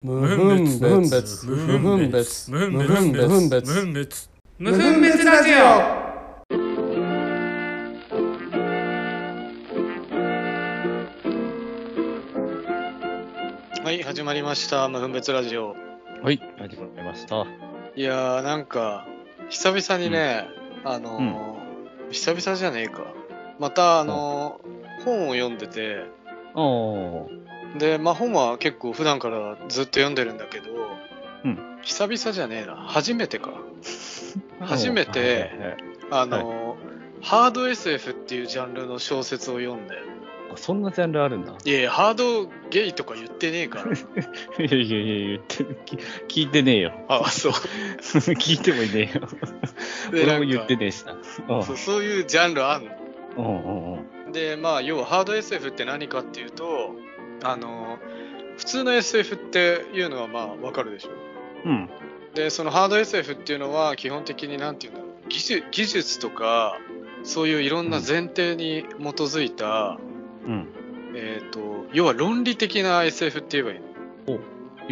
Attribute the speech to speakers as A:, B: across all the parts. A: 無
B: 無
A: 分
B: 分
A: 別
B: 別
A: 無分別
B: 無
A: 無
B: 分
A: 分
B: 別
A: 別
B: 無分
A: 無
B: 別
A: 分別
B: 無分別
C: 無分別ラジオ
D: はい、始まりました。無分別ラジオ。
E: はい、始まりました。
D: いやー、なんか、久々にね、あのー久々じゃねえか。また、あのー本を読んでて、
E: おー、
D: で、まあ本は結構普段からずっと読んでるんだけど、
E: うん
D: 久々じゃねえな。初めてか。初めて
E: はいはいはい
D: あのーハード SF っていうジャンルの小説を読んで、
E: あそんなジャンルあるんだ。
D: いやいや、ハードゲイとか言ってねえから。
E: いやいやいや、言って、き聞いてねえよ。
D: あ、そう。
E: 聞いてもいねえよ。
D: で
E: 俺も言っ
D: な
E: て
D: んか
E: ねえしな。
D: そうそういうジャンルあんの。
E: うん、うん、うんうん。
D: でまあ要はハード SF って何かっていうとあの普通の SF っていうのはまあわかるでしょ
E: うん、
D: でそのハード SF っていうのは基本的に何て言うんだろう技術技術とかそういういろんな前提に基づいた、
E: うん。
D: えー、と要は論理的な SF って言えばいいの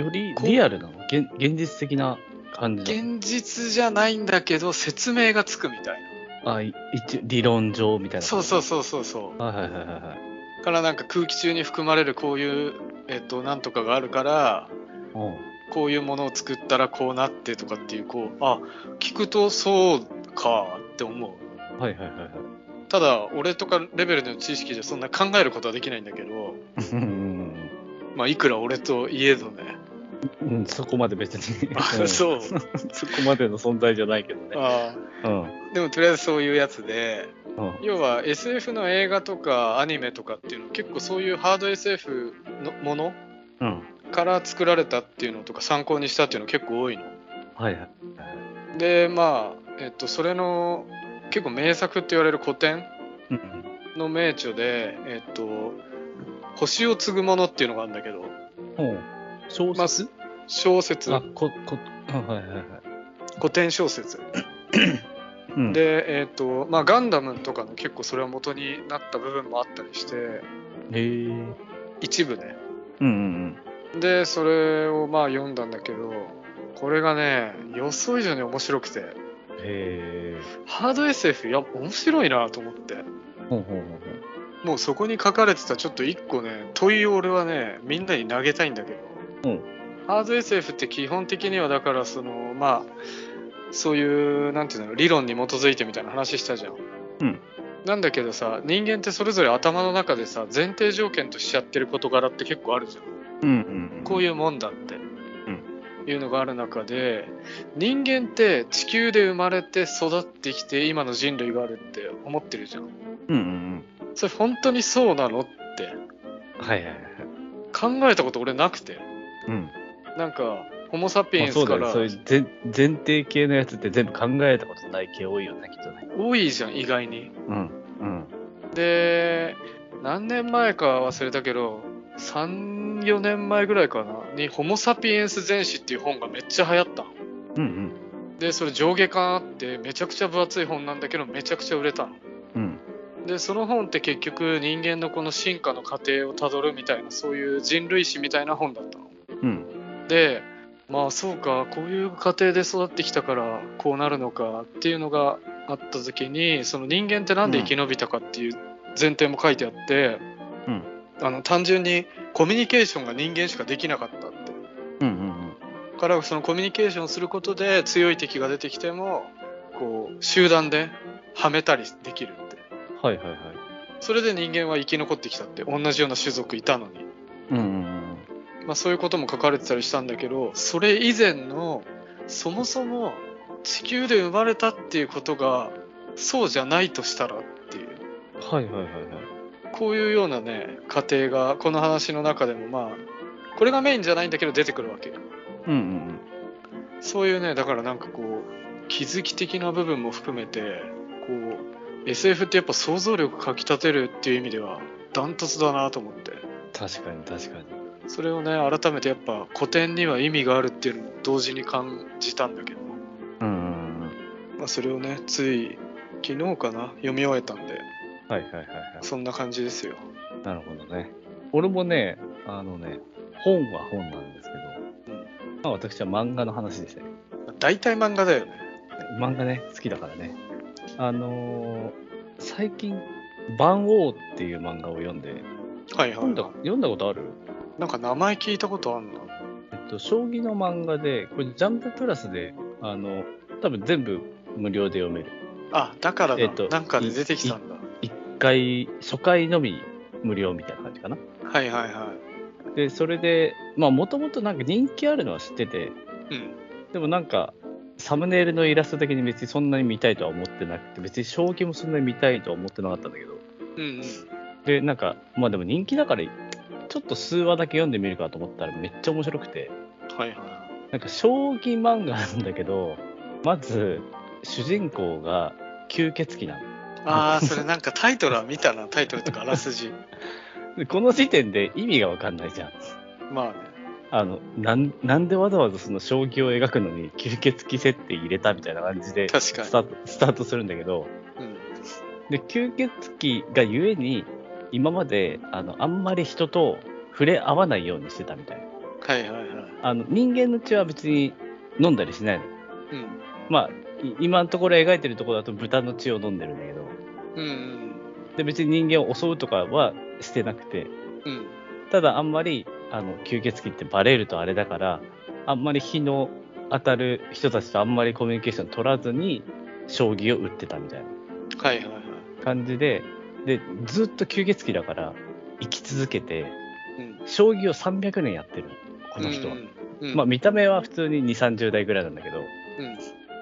E: よりリアルなの現現実的な感じの。
D: 現実じゃないんだけど説明がつくみたいな
E: あ、い一理論上みたいな。。
D: そうそうそうそうそう
E: はいはいはいはいはい。
D: うからなんか空気中に含まれるこういうえっ、となんとかがあるから
E: おう
D: こういうものを作ったらこうなってとかっていうこうあ聞くとそうかって思う
E: はいはいはいはい。
D: ただ俺とかレベルの知識じゃそんな考えることはできないんだけど
E: うんうん
D: まあいくら俺といえどね、
E: うんうん、そこまで別に。
D: あ
E: う
D: そう
E: ん。そこまでの存在じゃないけどね。
D: あ
E: うん。
D: ーでもとりあえずそういうやつで
E: うん。
D: 要は SF の映画とかアニメとかっていうのは結構そういうハード SF のもの
E: うん。
D: から作られたっていうのとか参考にしたっていうの結構多いの
E: はいはい。
D: でまあえっとそれの結構名作って言われる古典
E: うんうん。
D: の名著で、えっと、星を継ぐものっていうのがあるんだけど、
E: ほう。小
D: まず小説、
E: あ、こ、こ、あはいはいはい。
D: 古典小説。
E: うん、
D: で、えっと、まあ、ガンダムとかの結構それは元になった部分もあったりして、
E: へえ。うん
D: 一部ね。
E: うん
D: で、それをまあ読んだんだけど、これがね、予想以上に面白くて、
E: うん。へえ。
D: ハード SF、やっぱ面白いなと思って、
E: ほうほうほう
D: もうそこに書かれてたちょっと一個ね、問いを俺はね、みんなに投げたいんだけど、
E: うん
D: ハード SF って基本的にはだからその、まあ、そういう、なんていうの、理論に基づいてみたいな話したじゃん。
E: うん
D: なんだけどさ、人間ってそれぞれ頭の中でさ、前提条件としちゃってる事柄って結構あるじゃん。
E: ほう。うんうん。
D: こう
E: い
D: い
E: う。
D: うもんだって。いうのがある中で人間って地球で生まれて育ってきて今の人類があるって思ってるじゃん
E: うんうん
D: それ本当にそうなのって
E: うん。はいはいはい。
D: 考えたこと俺なくて
E: うん。
D: なんかホモ・サピエ
E: まあ
D: ン
E: そ
D: ス
E: うだ
D: か
E: よね。
D: ら
E: そういう前前提系のやつって全部考えたことない系多いよね、きっとね。
D: 多いじゃん意外に
E: うん。うん。
D: で何年前か忘れたけど34年前ぐらいかなに「ホモ・サピエンス全史」っていう本がめっちゃ流行ったの
E: うん
D: でそれ上下巻あってめちゃくちゃ分厚い本なんだけどめちゃくちゃ売れたの
E: うん。うん。
D: でその本って結局人間のこの進化の過程をたどるみたいなそういう人類史みたいな本だったの
E: うん。
D: でまあそうかこういう家庭で育ってきたからこうなるのかっていうのがあった時にその人間ってなんで生き延びたかっていう前提も書いてあって、
E: うん
D: あの単純にコミュニケーションが人間しかできなかったって
E: うんうん
D: からそのコミュニケーションすることで強い敵が出てきてもこう集団ではめたりできるって
E: うん。はいはいはい。
D: それで人間は生き残ってきたって同じような種族いたのに
E: うんうん
D: まあ、そういうことも書かれてたりしたんだけどそれ以前のそもそも地球で生まれたっていうことがそうじゃないとしたらっていう
E: うん。はいはいはいはい。
D: こういうようなね過程がこの話の中でもまあこれがメインじゃないんだけど出てくるわけ
E: うんうん
D: そういうねだからなんかこう気づき的な部分も含めてこう SF ってやっぱ想像力かきたてるっていう意味ではダントツだなと思って
E: うん。確かに確かに。
D: それをね改めてやっぱ古典には意味があるっていうのも同時に感じたんだけど、
E: うんうんうん。
D: まあ、それをねつい昨日かな読み終えたんで
E: はいはいはいはい。
D: そんな感じですよ
E: なるほどね。俺もね、あのね、本は本なんですけど、まあ私は漫画の話でしたけど、
D: 大体漫画だよね。
E: 漫画ね、好きだからね。あのー最近、万王っていう漫画を読んで、
D: はいはい、
E: 読んだ読んだことある
D: なんか名前聞いたことあんの
E: えっと、将棋の漫画で、これジャンププラスで、あの、多分全部無料で読める。
D: あ、だからだ、
E: えっと
D: なんかで出てきたんだ。
E: 1回、初回のみ無料みたいな感じかな。
D: はいはいはい。
E: で、それで、まあ、もともとなんか人気あるのは知ってて、
D: うん。
E: でもなんか、サムネイルのイラスト的に別にそんなに見たいとは思ってなくて、別に将棋もそんなに見たいとは思ってなかったんだけど、
D: うんうん。
E: で、なんか、まあでも人気だから、ちょっと数話だけ読んでみるかと思ったらめっちゃ面白くて、
D: はいはい。
E: なんか将棋漫画なんだけど、まず、主人公が吸血鬼なの。
D: ああ、それなんかタイトルは見たな、タイトルとかあらすじ。
E: でこの時点で意味がわかんないじゃん。
D: まあね。
E: あの、なん、なんでわざわざその将棋を描くのに吸血鬼設定入れたみたいな感じで、
D: 確かに
E: スタート、スタートするんだけど、
D: うん。
E: で、吸血鬼がゆえに、今まで、あの、あんまり人と触れ合わないようにしてたみたいな。
D: はいはいはい。
E: あの、人間の血は別に飲んだりしないの。
D: うん。
E: まあ、い今のところ描いてるところだと豚の血を飲んでるんだけど、
D: うん
E: で、別に人間を襲うとかはしてなくて、
D: うん。うん。
E: ただあんまり、あの、吸血鬼ってバレるとあれだから、あんまり日の当たる人たちとあんまりコミュニケーション取らずに、将棋を打ってたみたいな。
D: はいはいはい。
E: 感じで、で、ずっと吸血鬼だから、生き続けて、
D: うん。
E: 将棋を300年やってる、この人は。
D: うん。うん、
E: まあ、見た目は普通に2、30代ぐらいなんだけど、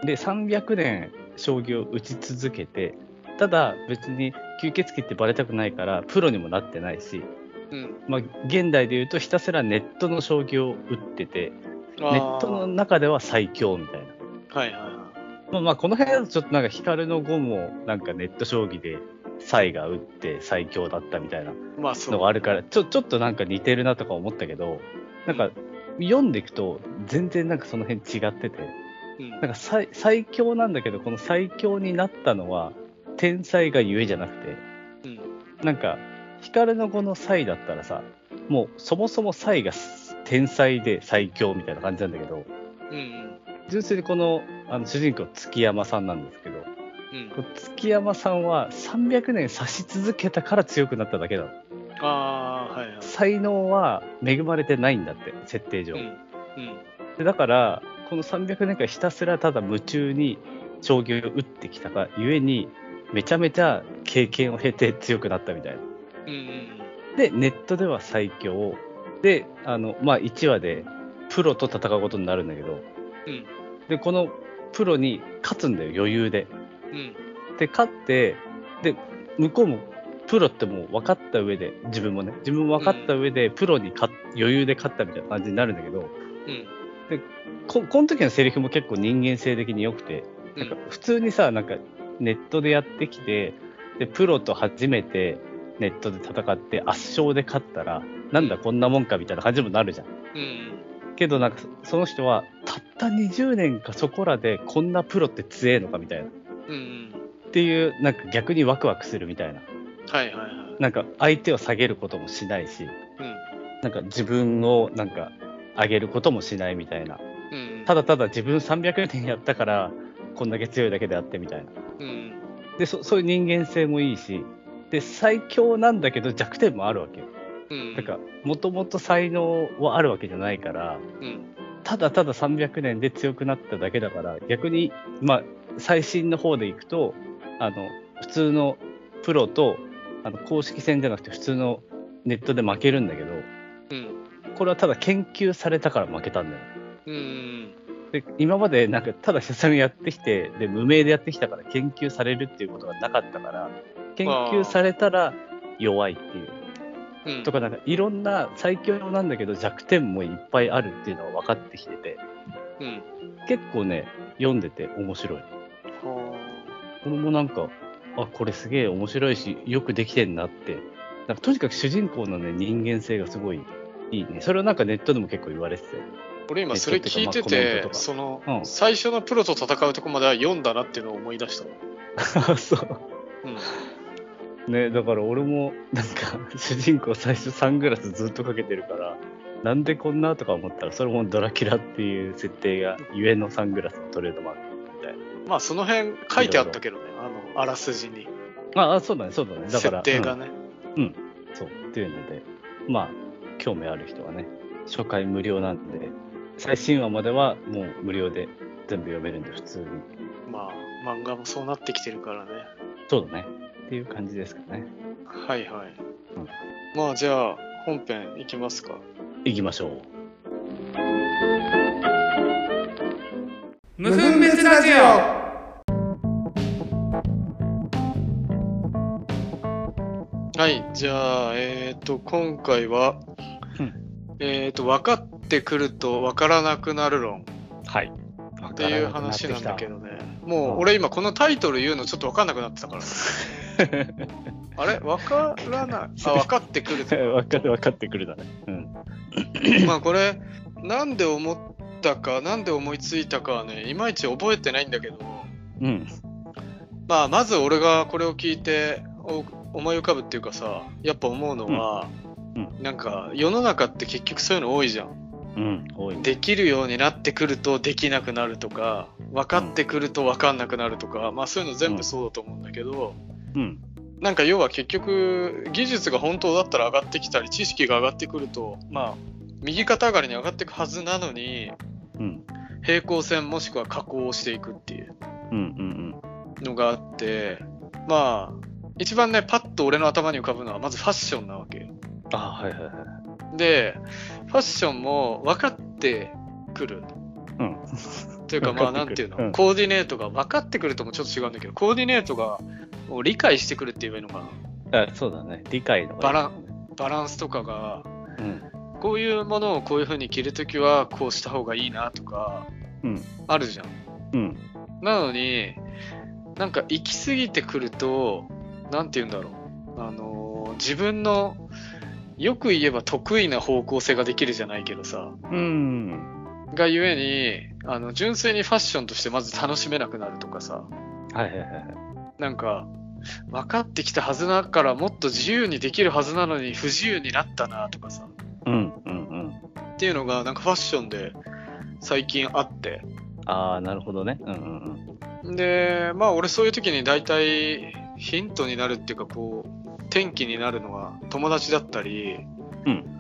D: うん。
E: で、300年将棋を打ち続けて、ただ別に吸血鬼ってバレたくないから、プロにもなってないし、
D: うん。
E: まあ、現代で言うとひたすらネットの将棋を打ってて、
D: ネ
E: ネットの中では最強みたいな。
D: はいはいは。
E: まあ、まあこの辺だとちょっとなんか光の碁もなんかネット将棋で、サイが打って最強だったみたいない
D: まあそう。
E: のがあるから、ちょ、ちょっとなんか似てるなとか思ったけど、なんか読んでいくと全然なんかその辺違ってて、
D: うん。
E: なんか最最強なんだけど、この最強になったのは天才がゆえじゃなくて、
D: うん。
E: なんか光の子の才だったらさ、もうそもそも才が天才で最強みたいな感じなんだけど、
D: うん。
E: 純粋にこのあの主人公月山さんなんですけど、
D: うん。
E: こう月山さんは300年指し続けたから強くなっただけだ
D: ああ、はいはい。
E: 才能は恵まれてないんだって設定上、
D: うん。うん。
E: でだからこの300年間ひたすらただ夢中に将棋を打ってきたがゆえにめちゃめちゃ経験を経て強くなったみたいな
D: うんうん。
E: でネットでは最強であのまあ1話でプロと戦うことになるんだけど
D: うん。
E: でこのプロに勝つんだよ余裕で
D: うん。
E: で勝ってで向こうもプロってもう分かった上で自分もね自分も分かった上でプロに勝っ余裕で勝ったみたいな感じになるんだけど
D: うん。
E: ここの時のセリフも結構人間性的に良くて
D: うん。
E: 普通にさなんかネットでやってきてでプロと初めてネットで戦って圧勝で勝ったらなんだこんなもんかみたいな感じにもなるじゃん。
D: うん。
E: けどなんかその人はたった20年かそこらでこんなプロって強えのかみたいな
D: うん。
E: っていうなんか逆にワクワクするみたいな
D: はいはいはい。
E: なんか相手を下げることもしないし、なんか自分をなんか上げることもしないみたいな。
D: うん。うん。
E: ただただ自分300年やったから、こんだけ強いだけであってみたいな。
D: うん。
E: で、そそういう人間性もいいし、で、最強なんだけど弱点もあるわけよ。
D: うん。
E: なんか、もともと才能はあるわけじゃないから、
D: うん。
E: ただただ300年で強くなっただけだから、逆に、まあ、最新の方でいくと、あの、普通のプロと、あの、公式戦じゃなくて普通のネットで負けるんだけど、
D: うん。
E: これはただ研究されたから負けたんだよ。
D: うん。
E: で、今までなんかただひたすらやってきて、で、無名でやってきたから研究されるっていうことがなかったから、研究されたら弱いっていう。
D: うん。
E: とかなんかいろんな最強なんだけど弱点もいっぱいあるっていうのが分かってきてて、
D: うん。
E: 結構ね、読んでて面白い。
D: ほ
E: これもなんか、あ、これすげえ面白いし、よくできてんなって。なんかとにかく主人公のね、人間性がすごいいいね。それはなんかネットでも結構言われてて。
D: う俺今それ聞いて
E: ネ
D: て
E: ット、って
D: その
E: う、ん
D: 最初のプロと戦うとこまでは読んだなっていうのを思い出したわ。
E: あそう。
D: うん。
E: ねだから俺もなんか主人公最初サングラスずっとかけてるからなんでこんなとか思ったら、それもドラキュラっていう設定が、ゆえのサングラスのトレードマーク。
D: まあその辺書いてあったけどね、あの、あらすじに。
E: ああ、そうだね、そうだね。だか
D: 設
E: ら、
D: 定がね。
E: うんそう、っていうので、まあ、興味ある人はね、初回無料なんで、最新話まではもう無料で全部読めるんで、普通に。
D: まあ漫画もそうなってきてるからね。
E: そうだね。っていう感じですかね。
D: はいはい。
E: うん
D: まあじゃあ本編いきますか。
E: 行きましょう。
C: 無分別ラジオ
D: はい、じゃあ、えっ、と、今回は
E: うん、
D: えっ、と、分かってくると分からなくなる論
E: はい。
D: っていう話なんだけどね。
E: う
D: も
E: ん
D: う、俺今このタイトル言うのちょっと分かんなくなってたから。あれ分からない。あ、分かってくる と。
E: 分かって分かってくるだね。うん。
D: まあ、これ、なんで思ったか、なんで思いついたかはね、いまいち覚えてないんだけど、
E: うん。
D: まあ、まず俺がこれを聞いてお思い浮かぶっていうかさ、やっぱ思うのは、
E: うん
D: なんか、世の中って結局そういうの多いじゃん。
E: うん。多いね。
D: できるようになってくるとできなくなるとか分かってくると分かんなくなるとか、まあそういうの全部そうだと思うんだけど、
E: うん。
D: なんか要は結局技術が本当だったら上がってきたり知識が上がってくるとまあ右肩上がりに上がっていくはずなのに
E: うん。
D: 平行線もしくは下降をしていくっていう
E: うん。うん。
D: のがあってまあ一番ねパッと俺の頭に浮かぶのはまずファッションなわけよ
E: あはいはいはい。
D: でファッションも分かってくる
E: うん。
D: というか、
E: 分
D: ま
E: か
D: あ、
E: って
D: な
E: くる
D: んていうの、
E: うん
D: コーディネートが分かってくるともちょっと違うんだけど、コーディネートがを理解してくるって言えばいいのかな、
E: あそうだね。理解の。
D: バランバランスとかが、
E: うん。
D: こういうものをこういう風に着るときは、こうした方がいいなとか、
E: うん。
D: あるじゃん。
E: うん。
D: なのに、なんか行き過ぎてくると、なんていうんだろう、あのー自分の、よく言えば得意な方向性ができるじゃないけどさ、
E: うん。
D: がゆえに、あの純粋にファッションとしてまず楽しめなくなるとかさ、
E: はいはいはいはい。
D: なんか分かってきたはずだからもっと自由にできるはずなのに不自由になったなとかさ
E: うん。うん。うん。
D: っていうのがなんかファッションで最近あって
E: ああ、なるほどね。うん。うん
D: でまあ俺そういう時に大体ヒントになるっていうかこう転機になるのは友達だったり
E: うん。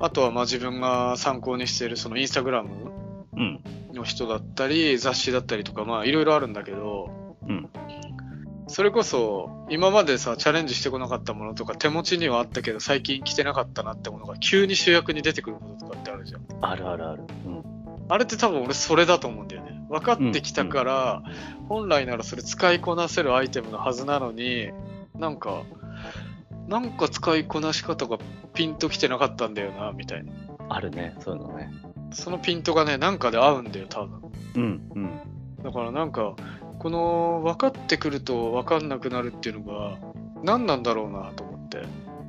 D: あとはまあ自分が参考にしているそのインスタグラム
E: うん。
D: の人だったり雑誌だったりとかまあいろいろあるんだけど
E: うん。
D: それこそ今までさチャレンジしてこなかったものとか手持ちにはあったけど最近着てなかったなってものが急に主役に出てくることとかってあるじゃん
E: あるあるある。うん。
D: あれって多分俺それだと思うんだよね分かってきたから、本来ならそれ使いこなせるアイテムのはずなのになんかなんか使いこなし方がピンときてなかったんだよなみたいな
E: あるね。そういうのね。
D: そのピントがねなんかで合うんだよ多分
E: うん。うん。
D: だからなんかこの分かってくると分かんなくなるっていうのが何なんだろうなと思って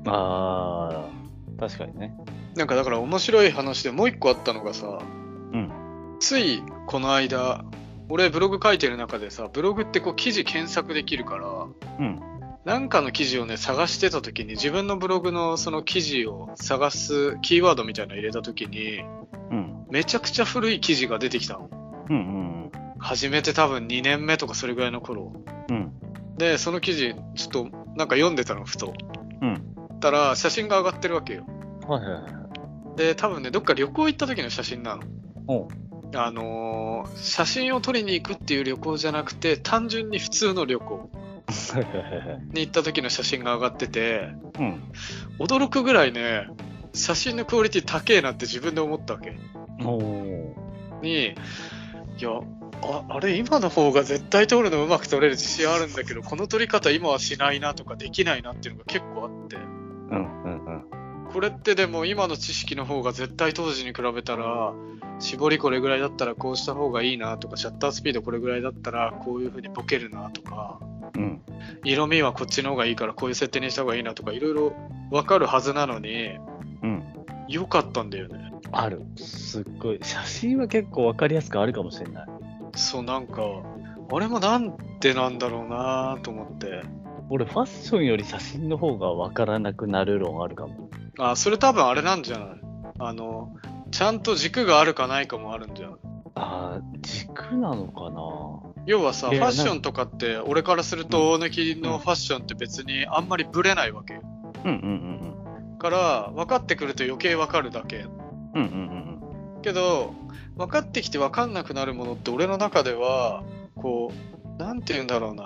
E: ああ、確かにね。
D: なんかだから面白い話でもう一個あったのがさ、
E: うん
D: ついこの間俺ブログ書いてる中でさブログってこう記事検索できるから
E: うん。
D: なんかの記事をね探してた時に自分のブログのその記事を探すキーワードみたいなの入れた時に
E: うん。
D: めちゃくちゃ古い記事が出てきたの
E: うん。
D: 初めて多分2年目とかそれぐらいの頃
E: うん。
D: でその記事ちょっとなんか読んでたのふと
E: うん。
D: たら写真が上がってるわけよ
E: はいはいはい。
D: で多分ねどっか旅行行った時の写真なの
E: おう。
D: あのー写真を撮りに行くっていう旅行じゃなくて単純に普通の旅行
E: はいはいはいはい。
D: に行った時の写真が上がってて
E: うん。
D: 驚くぐらいね写真のクオリティ高えなって自分で思ったわけ
E: おお。
D: にいやああれ今の方が絶対撮るのうまく撮れる自信あるんだけどこの撮り方今はしないなとかできないなっていうのが結構あって
E: うんうんうん。
D: これってでも今の知識の方が絶対当時に比べたら絞りこれぐらいだったらこうした方がいいなとかシャッタースピードこれぐらいだったらこういう風にボケるなとか
E: うん。
D: 色味はこっちの方がいいからこういう設定にした方がいいなとかいろいろ分かるはずなのに
E: うん。
D: 良かったんだよね
E: ある。すっごい。写真は結構わかりやすくあるかもしれない。
D: そうなんかあれもなんでなんだろうなと思って
E: 俺、ファッションより写真の方がわからなくなる論あるかも。
D: あそれ多分あれなんじゃないあのちゃんと軸があるかないかもあるんじゃん
E: ああ、軸なのかな
D: 要はさ
E: い
D: フ
E: や
D: ァッションとかって俺からすると大貫のファッションって別にあんまりブレないわけ
E: うんうん
D: から分かってくると余計分かるだけ
E: うんうん。うんうん
D: けど分かってきて分かんなくなるものって俺の中ではこうなんて言うんだろうな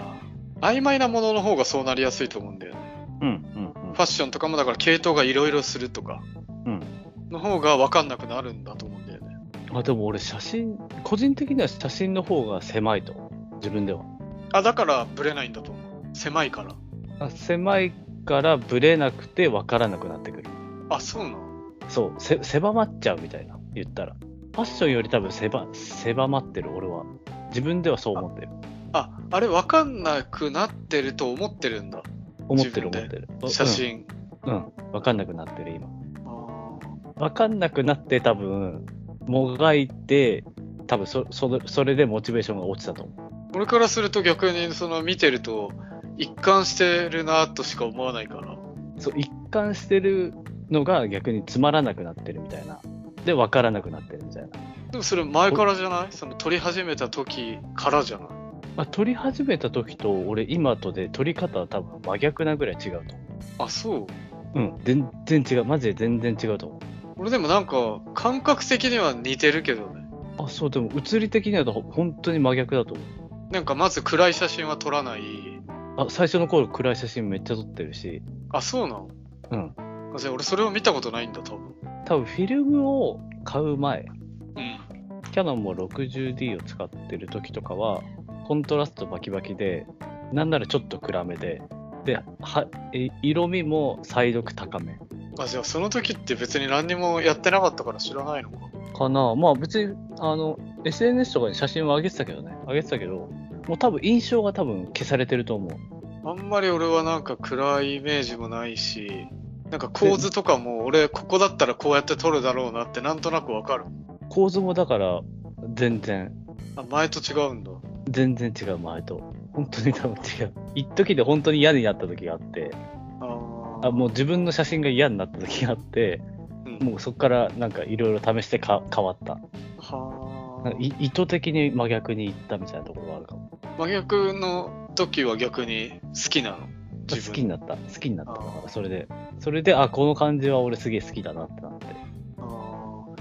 D: 曖昧なものの方がそうなりやすいと思うんだよね
E: うん。うんうんうん
D: ファッションとかもだから系統がいろいろするとか
E: うん
D: の方が分かんなくなるんだと思うんだよね
E: あでも俺写真個人的には写真の方が狭いと自分では
D: あだからブレないんだと思う狭いから
E: あ狭いからブレなくて分からなくなってくる
D: あそうなの
E: そうせ狭まっちゃうみたいな言ったらファッションより多分狭狭まってる俺は自分ではそう思ってる
D: ああれ分かんなくなってると思ってるんだ
E: 思ってる
D: 自
E: 思
D: 分
E: ってる
D: 写真、
E: うん、うん分かんなくなってる今
D: あー
E: 分かんなくなって多分もがいて多分そそのそれでモチベーションが落ちたと思
D: 俺からすると逆にその見てると一貫してるなとしか思わないから
E: うそう一貫してるのが逆につまらなくなってるみたいなで分からなくなってるみたいな
D: でもそれ前からじゃないその撮り始めた時からじゃない
E: まあ、撮り始めた時と俺今とで撮り方は多分真逆なぐらい違うと
D: あそう
E: 思ううん全然違うマジで全然違うと思
D: 俺でもなんか感覚的には似てるけどね
E: うあそうでも物理的にはほ本当に真逆だと思
D: なんかまず暗い写真は撮らないう
E: あ最初の頃暗い写真めっちゃ撮ってるし
D: あそうなの
E: うん
D: あじゃあ俺それを見たことないんだ多分
E: 多分フィルムを買う前
D: うん
E: キャノンも 60D を使ってる時とかはコントラストバキバキでなんならちょっと暗めでではえ色味も彩読高め
D: あじゃあその時って別に何にもやってなかったから知らないのか
E: かなまあ別にあの SNS とかに写真は上げてたけどね上げてたけどもう多分印象が多分消されてると思う
D: あんまり俺はなんか暗いイメージもないしなんか構図とかも俺ここだったらこうやって撮るだろうなってなんとなくわかる
E: 構図もだから全然
D: あ前と違うんだ
E: 全然違う前と本当に多分違う一時で本当に嫌になった時があって
D: あー
E: あもう自分の写真が嫌になった時があって
D: うん
E: もうそっからなんかいろいろ試してか変わった
D: は
E: なんかい意図的に真逆に行ったみたいなところがあるかも
D: あ真逆の時は逆に好きなの
E: 好きに
D: な
E: なった好きになっただか
D: あー
E: らそれでそれであこの感じは俺すげえ好きだなってなって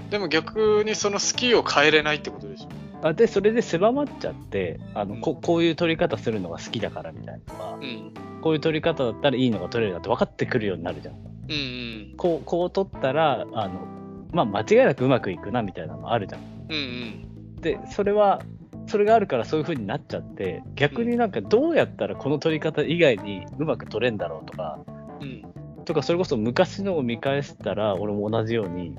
D: でも逆にその好きを変えれないってことでしょ
E: あでそれで狭まっちゃってあの、
D: うん
E: ここういう撮り方するのが好きだからみたいなのが
D: うん
E: こういう撮り方だったらいいのが撮れるなって分かってくるようになるじゃん
D: うんうん
E: こうこう撮ったらあの、まあ、間違いなくうまくいくなみたいなのあるじゃん
D: うんうん
E: でそれはそれがあるからそういう風になっちゃって逆になんかどうやったらこの撮り方以外にうまく撮れんだろうとか
D: うん
E: とかそれこそ昔のを見返したら俺も同じように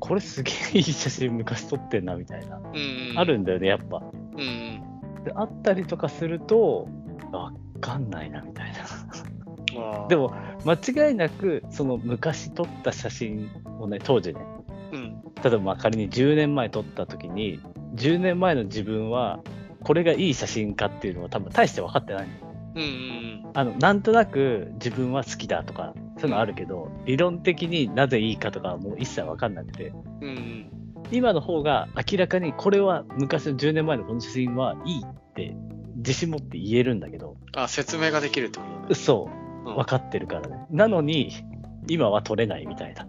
E: これすげえいい写真昔撮ってんなみたいな、
D: うんうん
E: あるんだよねやっぱ
D: うんうん
E: であったりとかすると分かんないな みたいな
D: まあ
E: でも間違いなくその昔撮った写真をね当時ね
D: うん
E: 例えばまあ仮に10年前撮った時に10年前の自分はこれがいい写真かっていうのは多分大して分かってない
D: うんうん
E: あのなんとなく自分は好きだとかそういうのあるけど理論的になぜいいかとかはもう一切分かんなくて
D: うんうん
E: 今の方が明らかにこれは昔の10年前のこの写真はいいって自信持って言えるんだけど
D: あ説明ができるってことだね
E: そうう、
D: ん
E: 分かってるからね。なのに、今は取れないみたいな。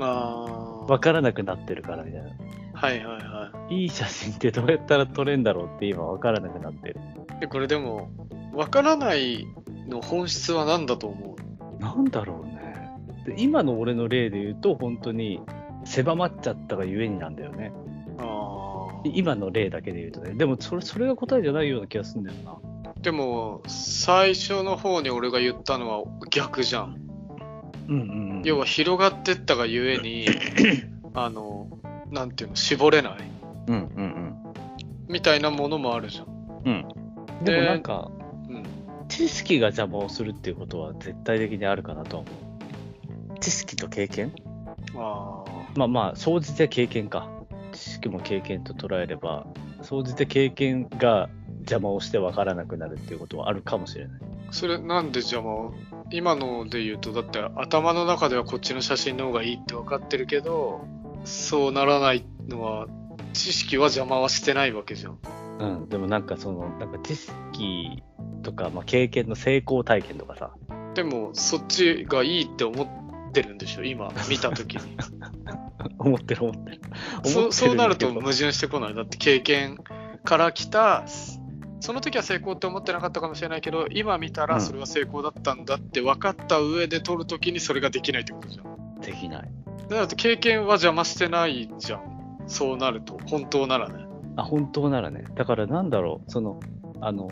D: ああ
E: 分からなくなってるからみたいな。
D: はいはいはい
E: い写真ってどうやったら撮れんだろうって今分からなくなってる。
D: いでこれでもわからないの本質は何だと思う
E: なんだろうね。で今の俺の例で言うと、本当に狭まっちゃったがゆえになんだよね。
D: あー
E: 今の例だけで言うとね。でもそれ、それが答えじゃないような気がするんだよな。
D: でも最初の方に俺が言ったのは逆じゃん
E: うんうん、うん。
D: 要は広がってったがゆえにあのなんていうの絞れない
E: うんうん
D: みたいなものもあるじゃん、
E: うん。うん。でもなんか、
D: うん、
E: 知識が邪魔をするっていうことは絶対的にあるかなとは思う。知識と経験
D: あー
E: まあまあ、総じて経験か。知識も経験と捉えれば、総じて経験が邪魔をして分からなくなるっていうことはあるかもしれない。
D: それなんで邪魔を今ので言うとだって頭の中ではこっちの写真の方がいいって分かってるけどそうならないのは、知識は邪魔はしてないわけじゃん。
E: うん、でもなんかそのなんか知識とか、まあ、経験の成功体験とかさ
D: でも、そっちがいいって思ってるんでしょ、今、見た ときに。
E: 思ってる思ってる
D: そ
E: 思って
D: うそ
E: るんだけど
D: うなると矛盾してこない。だって経験から来た、その時は成功って思ってなかったかもしれないけど、今見た
E: う
D: ら
E: ん
D: それは成功だったんだって分かった上で取るときにそれができないってことじゃん。
E: できない
D: だって経験は邪魔してないじゃん。そうなると、本当ならね。
E: あ本当ならねだからなんだろうそのあの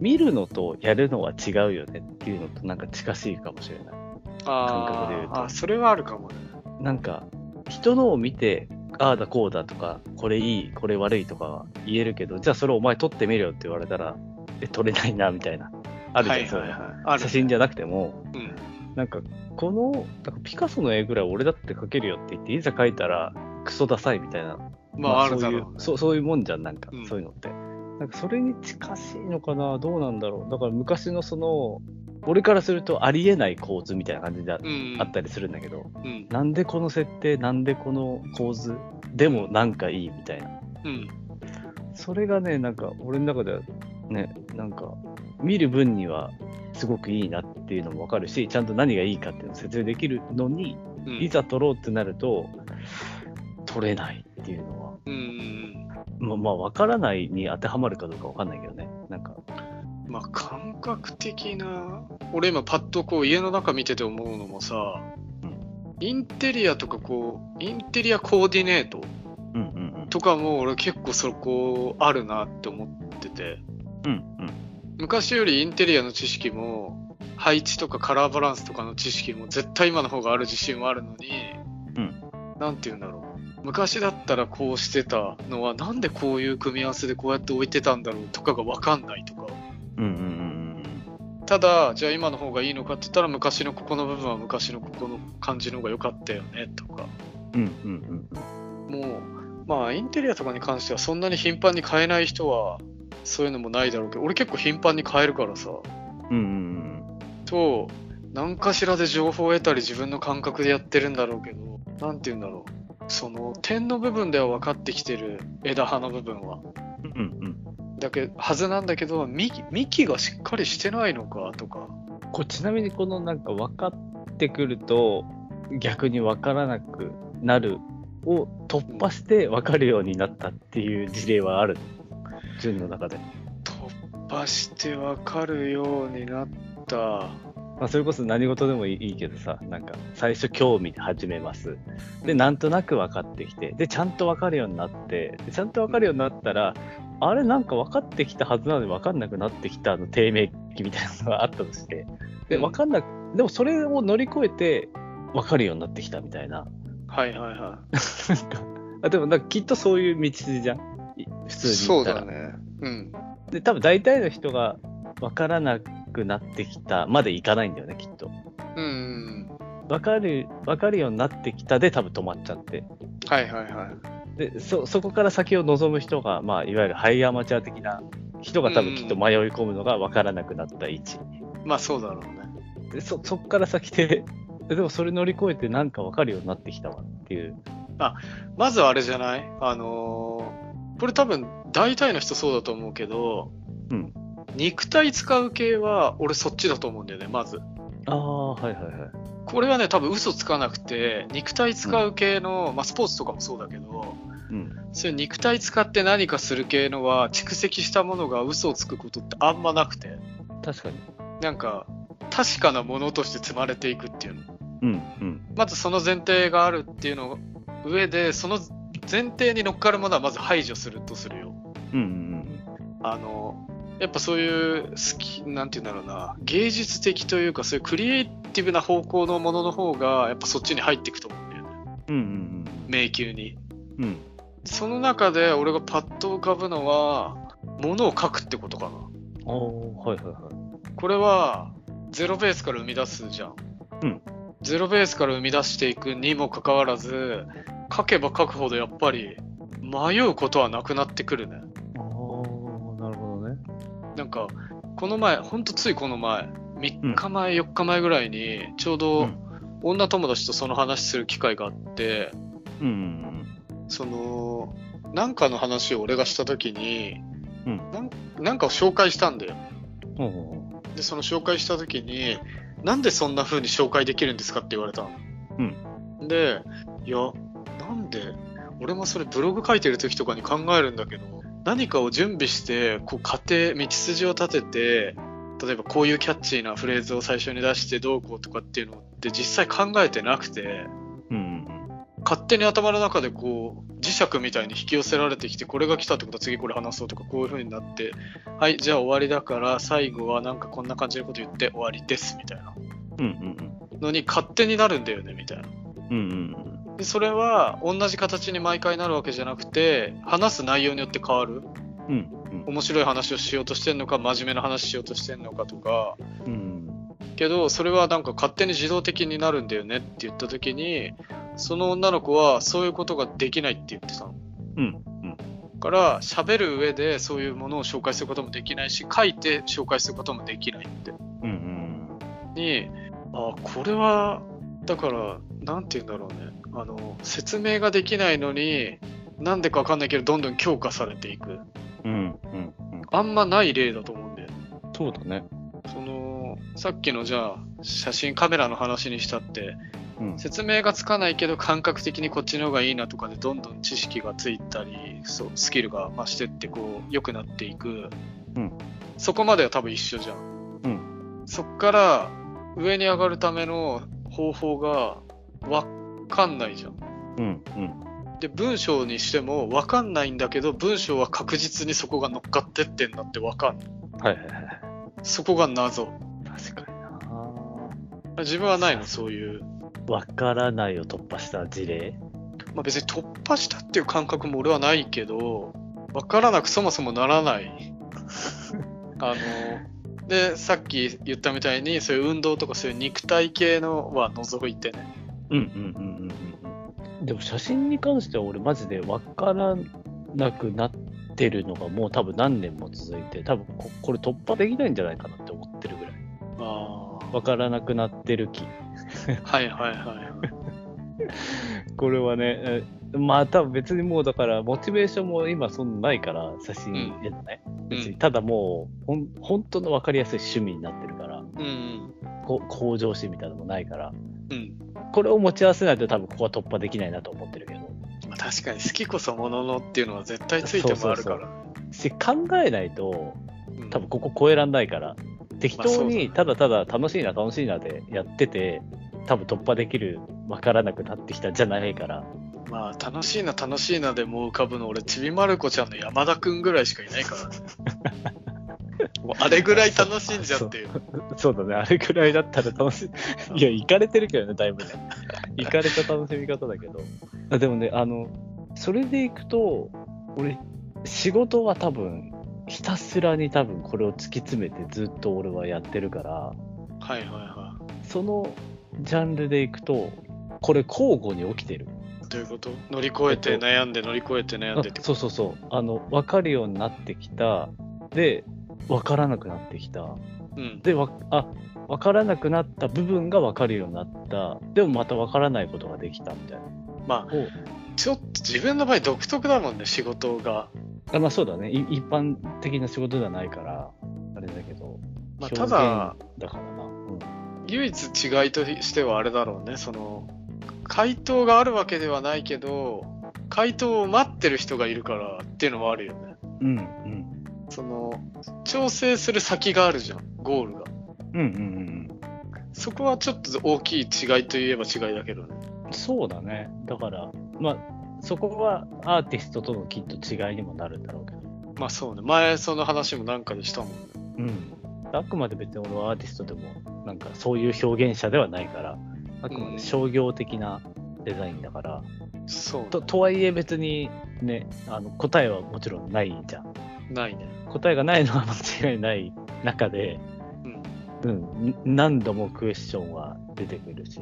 E: 見るのとやるのは違うよねっていうのとなんか近しいかもしれない
D: あ
E: 感覚で言う
D: ー
E: と
D: あ、それはあるかもね。
E: なんか人のを見てああだこうだとかこれいいこれ悪いとかは言えるけどじゃあそれお前撮ってみるよって言われたらえ撮れないなみたいなあるじゃん、そういうの
D: ある
E: 写真じゃなくても
D: うん
E: なんかこのなんかピカソの絵ぐらい俺だって描けるよって言っていざ描いたらクソダサいみたいな
D: まあ、あるだろう、ね、
E: そういうそうそういうもんじゃんなんか、
D: うん
E: そういうのってなんかそれに近しいのかなどうなんだろうだから昔のその俺からするとありえない構図みたいな感じであ,、
D: うん、
E: ったりするんだけど
D: うん、
E: なんでこの設定なんでこの構図でもなんかいいみたいな
D: うん、
E: それがねなんか俺の中ではねなんか見る分にはすごくいいなっていうのもわかるしちゃんと何がいいかっていうのを説明できるのに
D: うん、
E: いざ撮ろうってなると撮れないっていうのは
D: うんうん
E: まあ、まあ、わからないに当てはまるかどうかわかんないけどね。なんか、
D: うん、まあ感覚的な俺今パッとこう家の中見てて思うのもさ、
E: うん
D: インテリアとかこうインテリアコーディネート
E: うんうん
D: とかも俺結構そこあるなって思ってて
E: うん。うんうん。
D: 昔よりインテリアの知識も配置とかカラーバランスとかの知識も絶対今の方がある自信はあるのに、
E: うん
D: なんて言うんだろう昔だったらこうしてたのはなんでこういう組み合わせでこうやって置いてたんだろうとかが分かんないとか
E: うんうんうん
D: ただじゃあ今の方がいいのかって言ったら昔のここの部分は昔のここの感じの方が良かったよねとか
E: うん。うんうん
D: もうまあインテリアとかに関してはそんなに頻繁に変えない人はそういうのもないだろうけど俺結構頻繁に変えるからさ
E: うん。うんうん
D: と何かしらで情報を得たり自分の感覚でやってるんだろうけど何て言うんだろうその点の部分では分かってきてる枝葉の部分は
E: うん。うんうん。
D: だけはずなんだけど幹幹がしっかりしてないのかとか
E: こうちなみにこのなんか分かってくると逆に分からなくなるを突破して分かるようになったっていう事例はある。順の中で。
D: 突破して分かるようになった
E: まあ、それこそ何事でもいいいいけどさなんか最初興味で始めますでなんとなく分かってきてでちゃんと分かるようになってでちゃんと分かるようになったらあれなんか分かってきたはずなのに分かんなくなってきたあの低迷期みたいなのがあったとしてで分かんなくでもそれを乗り越えて分かるようになってきたみたいな
D: はいはいは
E: なんかあでもなんかきっとそういう道筋じゃんい
D: い
E: 普通に
D: そ
E: 言
D: う
E: ったら
D: だねうん
E: で多分大体の人が分からなくなってきたまでいかないんだよねきっと。
D: うんうん
E: 分かる分かるようになってきたで多分止まっちゃって
D: はいはいはい
E: でそそこから先を望む人が、まあ、いわゆるハイアマチュア的な人が多分きっと迷い込むのが分からなくなった位置、
D: まあそうだろうね
E: でそそこから先でででもそれ乗り越えてなんか分かるようになってきたわっていう
D: まずはあれじゃないあのーこれ多分大体の人そうだと思うけど、
E: うん
D: 肉体使う系は俺そっちだと思うんだよねまず
E: ああはいはいはい
D: これはね多分嘘つかなくて肉体使う系の、まあ、スポーツとかもそうだけど
E: うん
D: そういう肉体使って何かする系のは蓄積したものが嘘をつくことってあんまなくて
E: 確かに
D: なんか確かなものとして積まれていくっていうの
E: うんうん
D: まずその前提があるっていうの上でその前提に乗っかるものはまず排除するとするよ
E: うんうん
D: あのやっぱそういう好きなんて言うんだろうな芸術的というかそういうクリエイティブな方向のものの方がやっぱそっちに入っていくと思うんだよね
E: うんうん
D: 迷宮に
E: うんうん
D: その中で俺がパッと浮かぶのはものを書くってことかな
E: ああはいはいはい
D: これはゼロベースから生み出すじゃん、
E: うん
D: ゼロベースから生み出していくにもかかわらず書けば書くほどやっぱり迷うことはなくなってくるね
E: ああなるほどね
D: なんかこの前ほんとついこの前3日前、4日前ぐらいにちょう
E: う
D: ど
E: ん
D: 女友達とその話する機会があって
E: うん
D: そのなんかの話を俺がした時に、
F: うん
D: なんなんかを紹介したんだよ
F: ほうほ
D: でその紹介した時になんでそんな風に紹介できるんですかって言われたの、でいやなんで俺もそれブログ書いてる時とかに考えるんだけど何かを準備してこう過程道筋を立てて例えばこういうキャッチーなフレーズを最初に出してどうこうとかっていうのって実際考えてなくて
F: ううんうん
D: 勝手に頭の中でこう磁石みたいに引き寄せられてきてこれが来たってことは次これ話そうとかこういう風になってはいじゃあ終わりだから最後はなんかこんな感じのこと言って終わりですみたいな
F: うんうん
D: のに勝手になるんだよねみたい
F: う
D: な
F: んうんうん
D: でそれは同じ形に毎回なるわけじゃなくて話す内容によって変わる
F: うん
D: 面白い話をしようとしてんのか真面目な話しようとしてんのかとか
F: うんうん
D: けどそれはなんか勝手に自動的になるんだよねって言った時にその女の子はそういうことができないって言ってたの。
F: うん
D: から喋る上でそういうものを紹介することもできないし書いて紹介することもできないって
F: うんうん
D: にあこれはだから何て言うんだろうねあの説明ができないのになんでか分かんないけどどんどん強化されていく
F: うんうんうん
D: あんまない例だと思うんだよね
F: そうだね
D: そのさっきのじゃあ写真カメラの話にしたって
F: うん
D: 説明がつかないけど感覚的にこっちの方がいいなとかでどんどん知識がついたりそうスキルが増してってこう良くなっていく、
F: うん
D: そこまでは多分一緒じゃん、
F: う
D: そっから上に上がるための方法が分かんないじゃん
F: うんうん
D: で文章にしても分かんないんだけど文章は確実にそこが乗っかってってんだって分かんな
F: は
D: い
F: いはいはい
D: そこが謎
F: 確かにな
D: 自分はないのそういう
E: わからないを突破した事例
D: まあ、別に突破したっていう感覚も俺はないけど分からなくそもそもならない あのでさっき言ったみたいにそういう運動とかそういう肉体系のは除いてね
F: うんうんうんうんうん
E: でも写真に関しては俺マジでわからなくなってるのがもう多分何年も続いて多分ここれ突破できないんじゃないかなって思ってるぐらい
D: あ
E: わからなくなってる気
D: はいはいはい
E: これはねえまあ多分別にもうだからモチベーションも今そんなないから写真へのね、 別にただもうほん本当の分かりやすい趣味になってるから
D: うんうん
E: こ向上心みたいなのもないから
D: うん、
E: これを持ち合わせないと多分ここは突破できないなと思ってるけど
D: まあ、確かに好きこそもののっていうのは絶対ついてもあるから
E: し考えないと
D: うん
E: 多分ここ超えらんないから適当
D: そうだね
E: にただただ楽しいな楽しいなでやってて多分突破できる分からなくなってきたんじゃないから
D: まあ楽しいな楽しいなでもう浮かぶの俺ちびまる子ちゃんの山田くんぐらいしかいないからね もうあれぐらい楽しんじゃっていう
E: そうだね、あれくらいだったら楽し い。いや、行かれてるけどね、だい ぶね。行かれた楽しみ方だけど。あでもね、あの、それで行くと、俺、仕事は多分、ひたすらに多分これを突き詰めてずっと俺はやってるから、
D: はいはいはい
E: そのジャンルで行くと、これ交互に起きてる。
D: どういうこと乗り越えて悩んで乗り越えて悩んでって
E: あ
D: こ
E: そうそうそう。あの、分かるようになってきた。で、分からなくなってきた。
D: とうん
E: でわあ分からなくなった部分が分かるようになったでもまた分からないことができたみたいな
D: ま
E: お
D: あちょっと自分の場合独特だもんね仕事が、
E: あまあそうだねい一般的な仕事ではないからあれだけど、
D: まあ、ただ
E: 表現だからな、うん、
D: 唯一違いとしてはあれだろうねその回答があるわけではないけど回答を待ってる人がいるからっていうのもあるよね
F: うんうん
D: その調整する先があるじゃんゴールが
F: うんうん
D: そこはちょっと大きい違いといえば違いだけどね
E: そうだねだからまあそこはアーティストとのきっと違いにもなるんだろうけど、
D: まあそうね前その話もなんかでしたもんね
E: うん、あくまで別に俺はアーティストでもなんかそういう表現者ではないからあくまで商業的なデザインだから、
D: そう
E: ととはいえ別にねあの答えはもちろんないじゃん
D: ないね
E: 答えがないのは間違いない中で、
D: うん
E: うん、ん何度もクエスチョンは出てくるし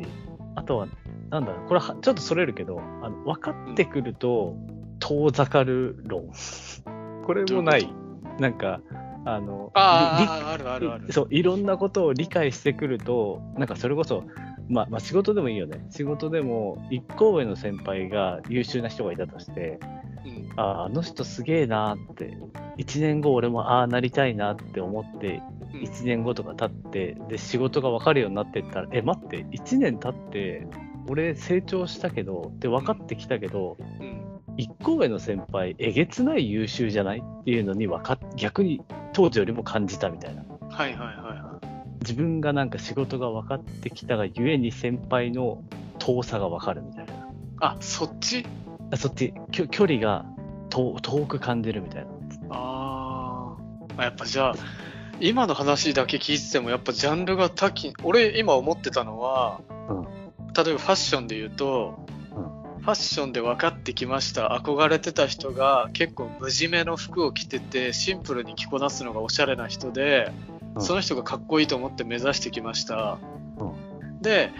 E: あとはなんだろうこれはちょっとそれるけどあの分かってくると遠ざかる論これもない
D: どういう
E: なんかあの
D: あああるあるある
E: そういろんなことを理解してくるとなんかそれこそまあ、まあ仕事でもいいよね仕事でも一個上の先輩が優秀な人がいたとして
D: うん
E: あーあの人すげえなーって1年後俺もああなりたいなって思って
D: うん
E: 1年後とか経ってで仕事が分かるようになってったらえ待って1年経って俺成長したけどで分かってきたけど
D: うん
E: 一個上の先輩えげつない優秀じゃないっていうのにわか逆に当時よりも感じたみたいな
D: はいはいはいは
E: 自分がなんか仕事が分かってきたがゆえに先輩の遠さが分かるみたいない
D: あそっち
E: あそっちきょ距離が遠遠く感じるみたいな
D: あーあやっぱじゃあ今の話だけ聞いててもやっぱジャンルが多岐俺今思ってたのは、
E: うん
D: 例えばファッションで言うと、
E: うん
D: ファッションで分かってきました憧れてた人が結構無地めの服を着ててシンプルに着こなすのがおしゃれな人で、
E: うん
D: その人がかっこいいと思って目指してきました、
E: う
D: で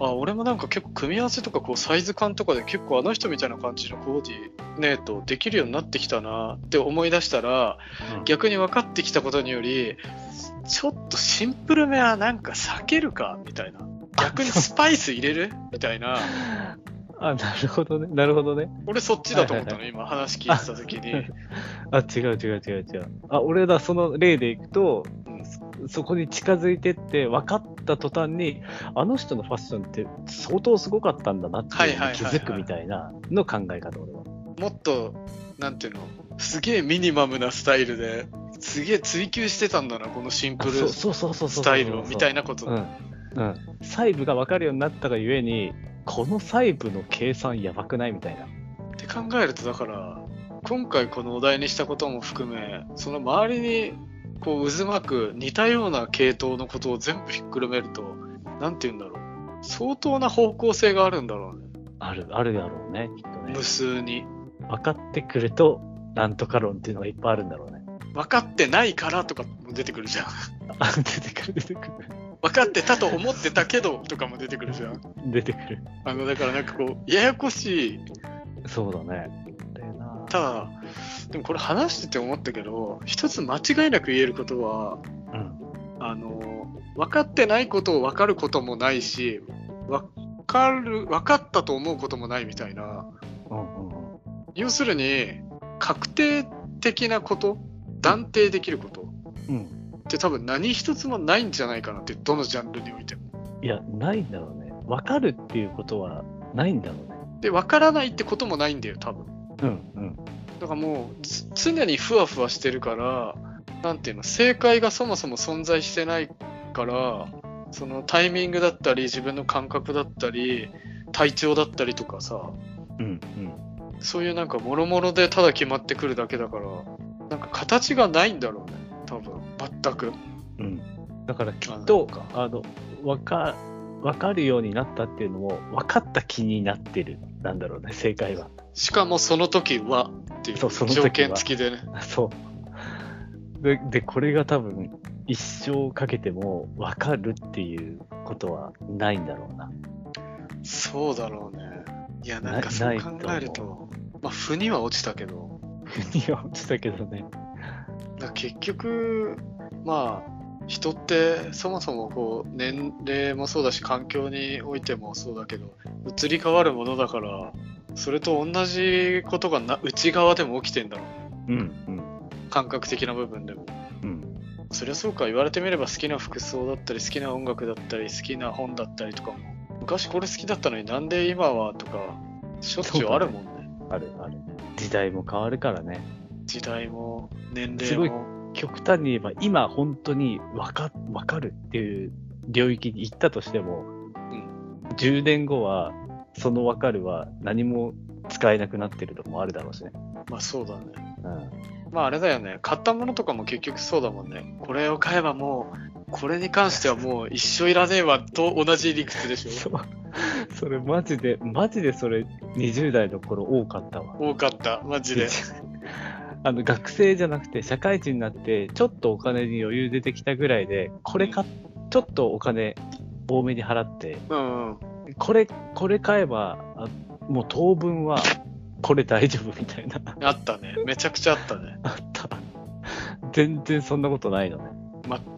D: あ俺もなんか結構組み合わせとかこうサイズ感とかで結構あの人みたいな感じのコーディネートできるようになってきたなって思い出したら、
E: うん
D: 逆に分かってきたことによりちょっとシンプルめはなんか避けるかみたいな逆にスパイス入れ るみたいな
E: あなるほどねなるほどね
D: 俺そっちだと思ったの、
E: は
D: 今話聞いてた時 に
E: あ違う違う違う違うあ俺らその例でいくと
D: うん
E: そこに近づいてって分かった途端にあの人のファッションって相当すごかったんだなっていうのに気づくみたいなの考え方俺は。
D: もっとなんていうのすげえミニマムなスタイルですげえ追求してたんだなこのシンプルス
E: そうそうそうそうそう
D: タイルをみたい
E: な。
D: なこと
E: うんうん、細部が分かるようになったがゆえにこの細部の計算やばくないみたいな。
D: って考えるとだから今回このお題にしたことも含めその周りにこう渦巻く似たような系統のことを全部ひっくるめると何て言うんだろう相当な方向性があるんだろうね
E: あるあるだろうねきっとね
D: 無。数に
E: 分かってくるとなんとか論っていうのがいっぱいあるんだろうね。
D: 分かってないからとかも出てくるじゃん
E: あ出てくる出てくる
D: 分かってたと思ってたけどとかも出てくるじゃん
E: 出てくる。
D: あのだからなんかこうややこしい
E: そうだね。だよな
D: ただでもこれ話してて思ったけど一つ間違いなく言えることは
E: うん
D: あの分かってないことを分かることもないし分かる分かったと思うこともないみたいな
E: うんうんうん
D: 要するに確定的なこと断定できること
E: うん
D: って多分何一つもないんじゃないかなってどのジャンルにおいても。
E: いや、ないんだろうね。分かるっていうことはないんだろうね。
D: で分からないってこともないんだよ多分。
E: うんうん。
D: だからもうつ常にふわふわしてるからなんていうの正解がそもそも存在してないからそのタイミングだったり自分の感覚だったり体調だったりとかさ
E: うん
D: そういうなんか諸々でただ決まってくるだけだからなんか形がないんだろうね多分全く
E: うん。うん。だからきっと、あの、分か、分かるようになったっていうのも、分かった気になってる。なんだろうね、正解は。
D: しかもその時はっていう
E: そうその時は
D: 条件付きでね
E: そう。で、でこれが多分、一生かけても分かるっていうことはないんだろうな。
D: そうだろうねいやなんか
E: な
D: そう考える
E: ないと
D: とまあ腑には落ちたけど
E: ふうには思ってたけどね。
D: だから結局まあ人ってそもそもこう年齢もそうだし環境においてもそうだけど移り変わるものだからそれと同じことがな内側でも起きてんだろう
E: うん
D: 感覚的な部分でも
E: うん。うん。
D: そりゃそうか言われてみれば好きな服装だったり好きな音楽だったり好きな本だったりとかも昔これ好きだったのになんで今はとかしょっちゅうあるもんね
E: あるある。時代も変わるからね。
D: 時代も年
E: す
D: 齢
E: ごい
D: も
E: 極端に言えば今本当に分か分かるっていう領域に行ったとしても、10年後はその分かるは何も使えなくなってるとこもあるだろうしね。
D: まあそうだね
E: うん
D: まああれだよね買ったものとかも結局そうだもんねこれを買えばもうこれに関してはもう一生いらねえわと同じ理屈でし
E: そ
D: ょ
E: う それマジでマジでそれ20代の頃多かったわ。
D: 多かったマジで
E: あの学生じゃなくて社会人になってちょっとお金に余裕出てきたぐらいでこれかちょっとお金多めに払って
D: うんうん
E: これこれ買えばあもう当分はこれ大丈夫みたいな。
D: あったねめちゃくちゃあったね
E: あった。全然そんなことないのね。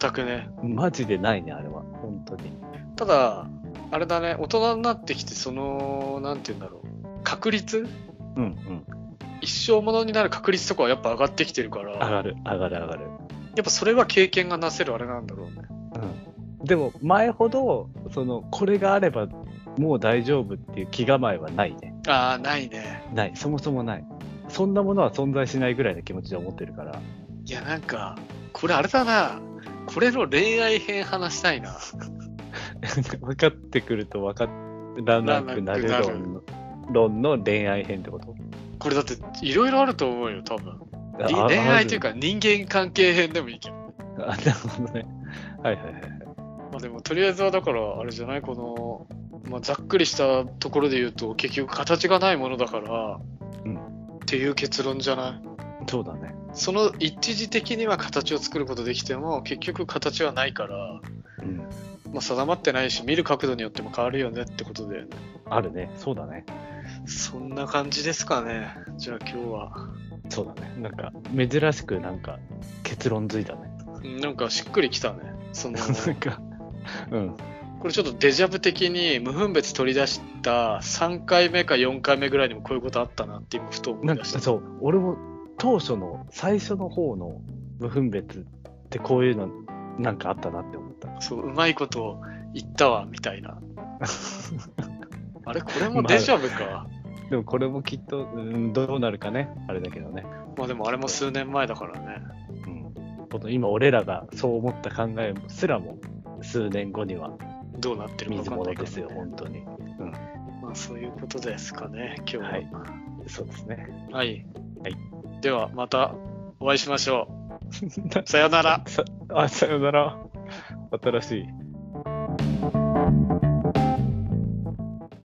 D: 全くね
E: マジでないね、あれは。本当に。
D: ただあれだね、大人になってきて、その、なんて言うんだろう、確率
E: うんうん。
D: 一生ものになる確率とかはやっぱ上がってきてるから、
E: 上
D: や
E: がる、上がる、上がる。
D: っぱそれは経験がなせるあれなんだろうね。
E: でも、前ほど、その、これがあれば、もう大丈夫っていう気構えはないね。
D: ああ、ないね。
E: ない。そもそもない。そんなものは存在しないぐらいの気持ちで思ってるから。
D: いや、なんか、これあれだな。これの恋愛編話したいな。
E: 分かってくると分からなくなる
D: ならなくなる
E: 論の論の恋愛編ってこと
D: これだって、いろいろあると思うよ、多分。り恋愛という。か、人間関係編でもいいけど。
E: ああるあなるほどね。はいはいはい。
D: まあでも、とりあえずはだから、あれじゃないこの、まあ、ざっくりしたところで言うと、結局形がないものだから、
E: うん
D: っていう結論じゃない
E: そうだね。
D: その一時的には形を作ることできても結局形はないから、
E: うん。
D: まあ、定まってないし見る角度によっても変わるよねってことで
E: あるね。そうだね。
D: そんな感じですかねじゃあ今日は
E: そうだね。なんか、珍しくなんか、結論づいたね。
D: うんなんかしっくりきたね その
E: なんか、うん。
D: これちょっとデジャブ的に無分別取り出した3回目か4回目ぐらいにもこういうことあったなって今ふと思
E: ないん
D: 出
E: か、
D: した
E: そう、俺も当初の、最初の方の無分別ってこういうの、なんかあったなって思った。
D: そううまいこと言ったわみたいなあれこれもデジャブか、
E: でもこれもきっと、うん、どうなるかね。あれだけどね。
D: まあでもあれも数年前だからね
E: うん、この今俺らがそう思った考えすらも数年後には
D: どうなってるか分
E: 水
D: かんな
E: 物
D: いか
E: で
D: ら、
E: すよ本当に
D: まあそういうことですかね、今日は。
E: は
D: はいい。
E: そうですねはい
D: ではまた お会いしましょう。さようなら。
E: さあさよなら新しい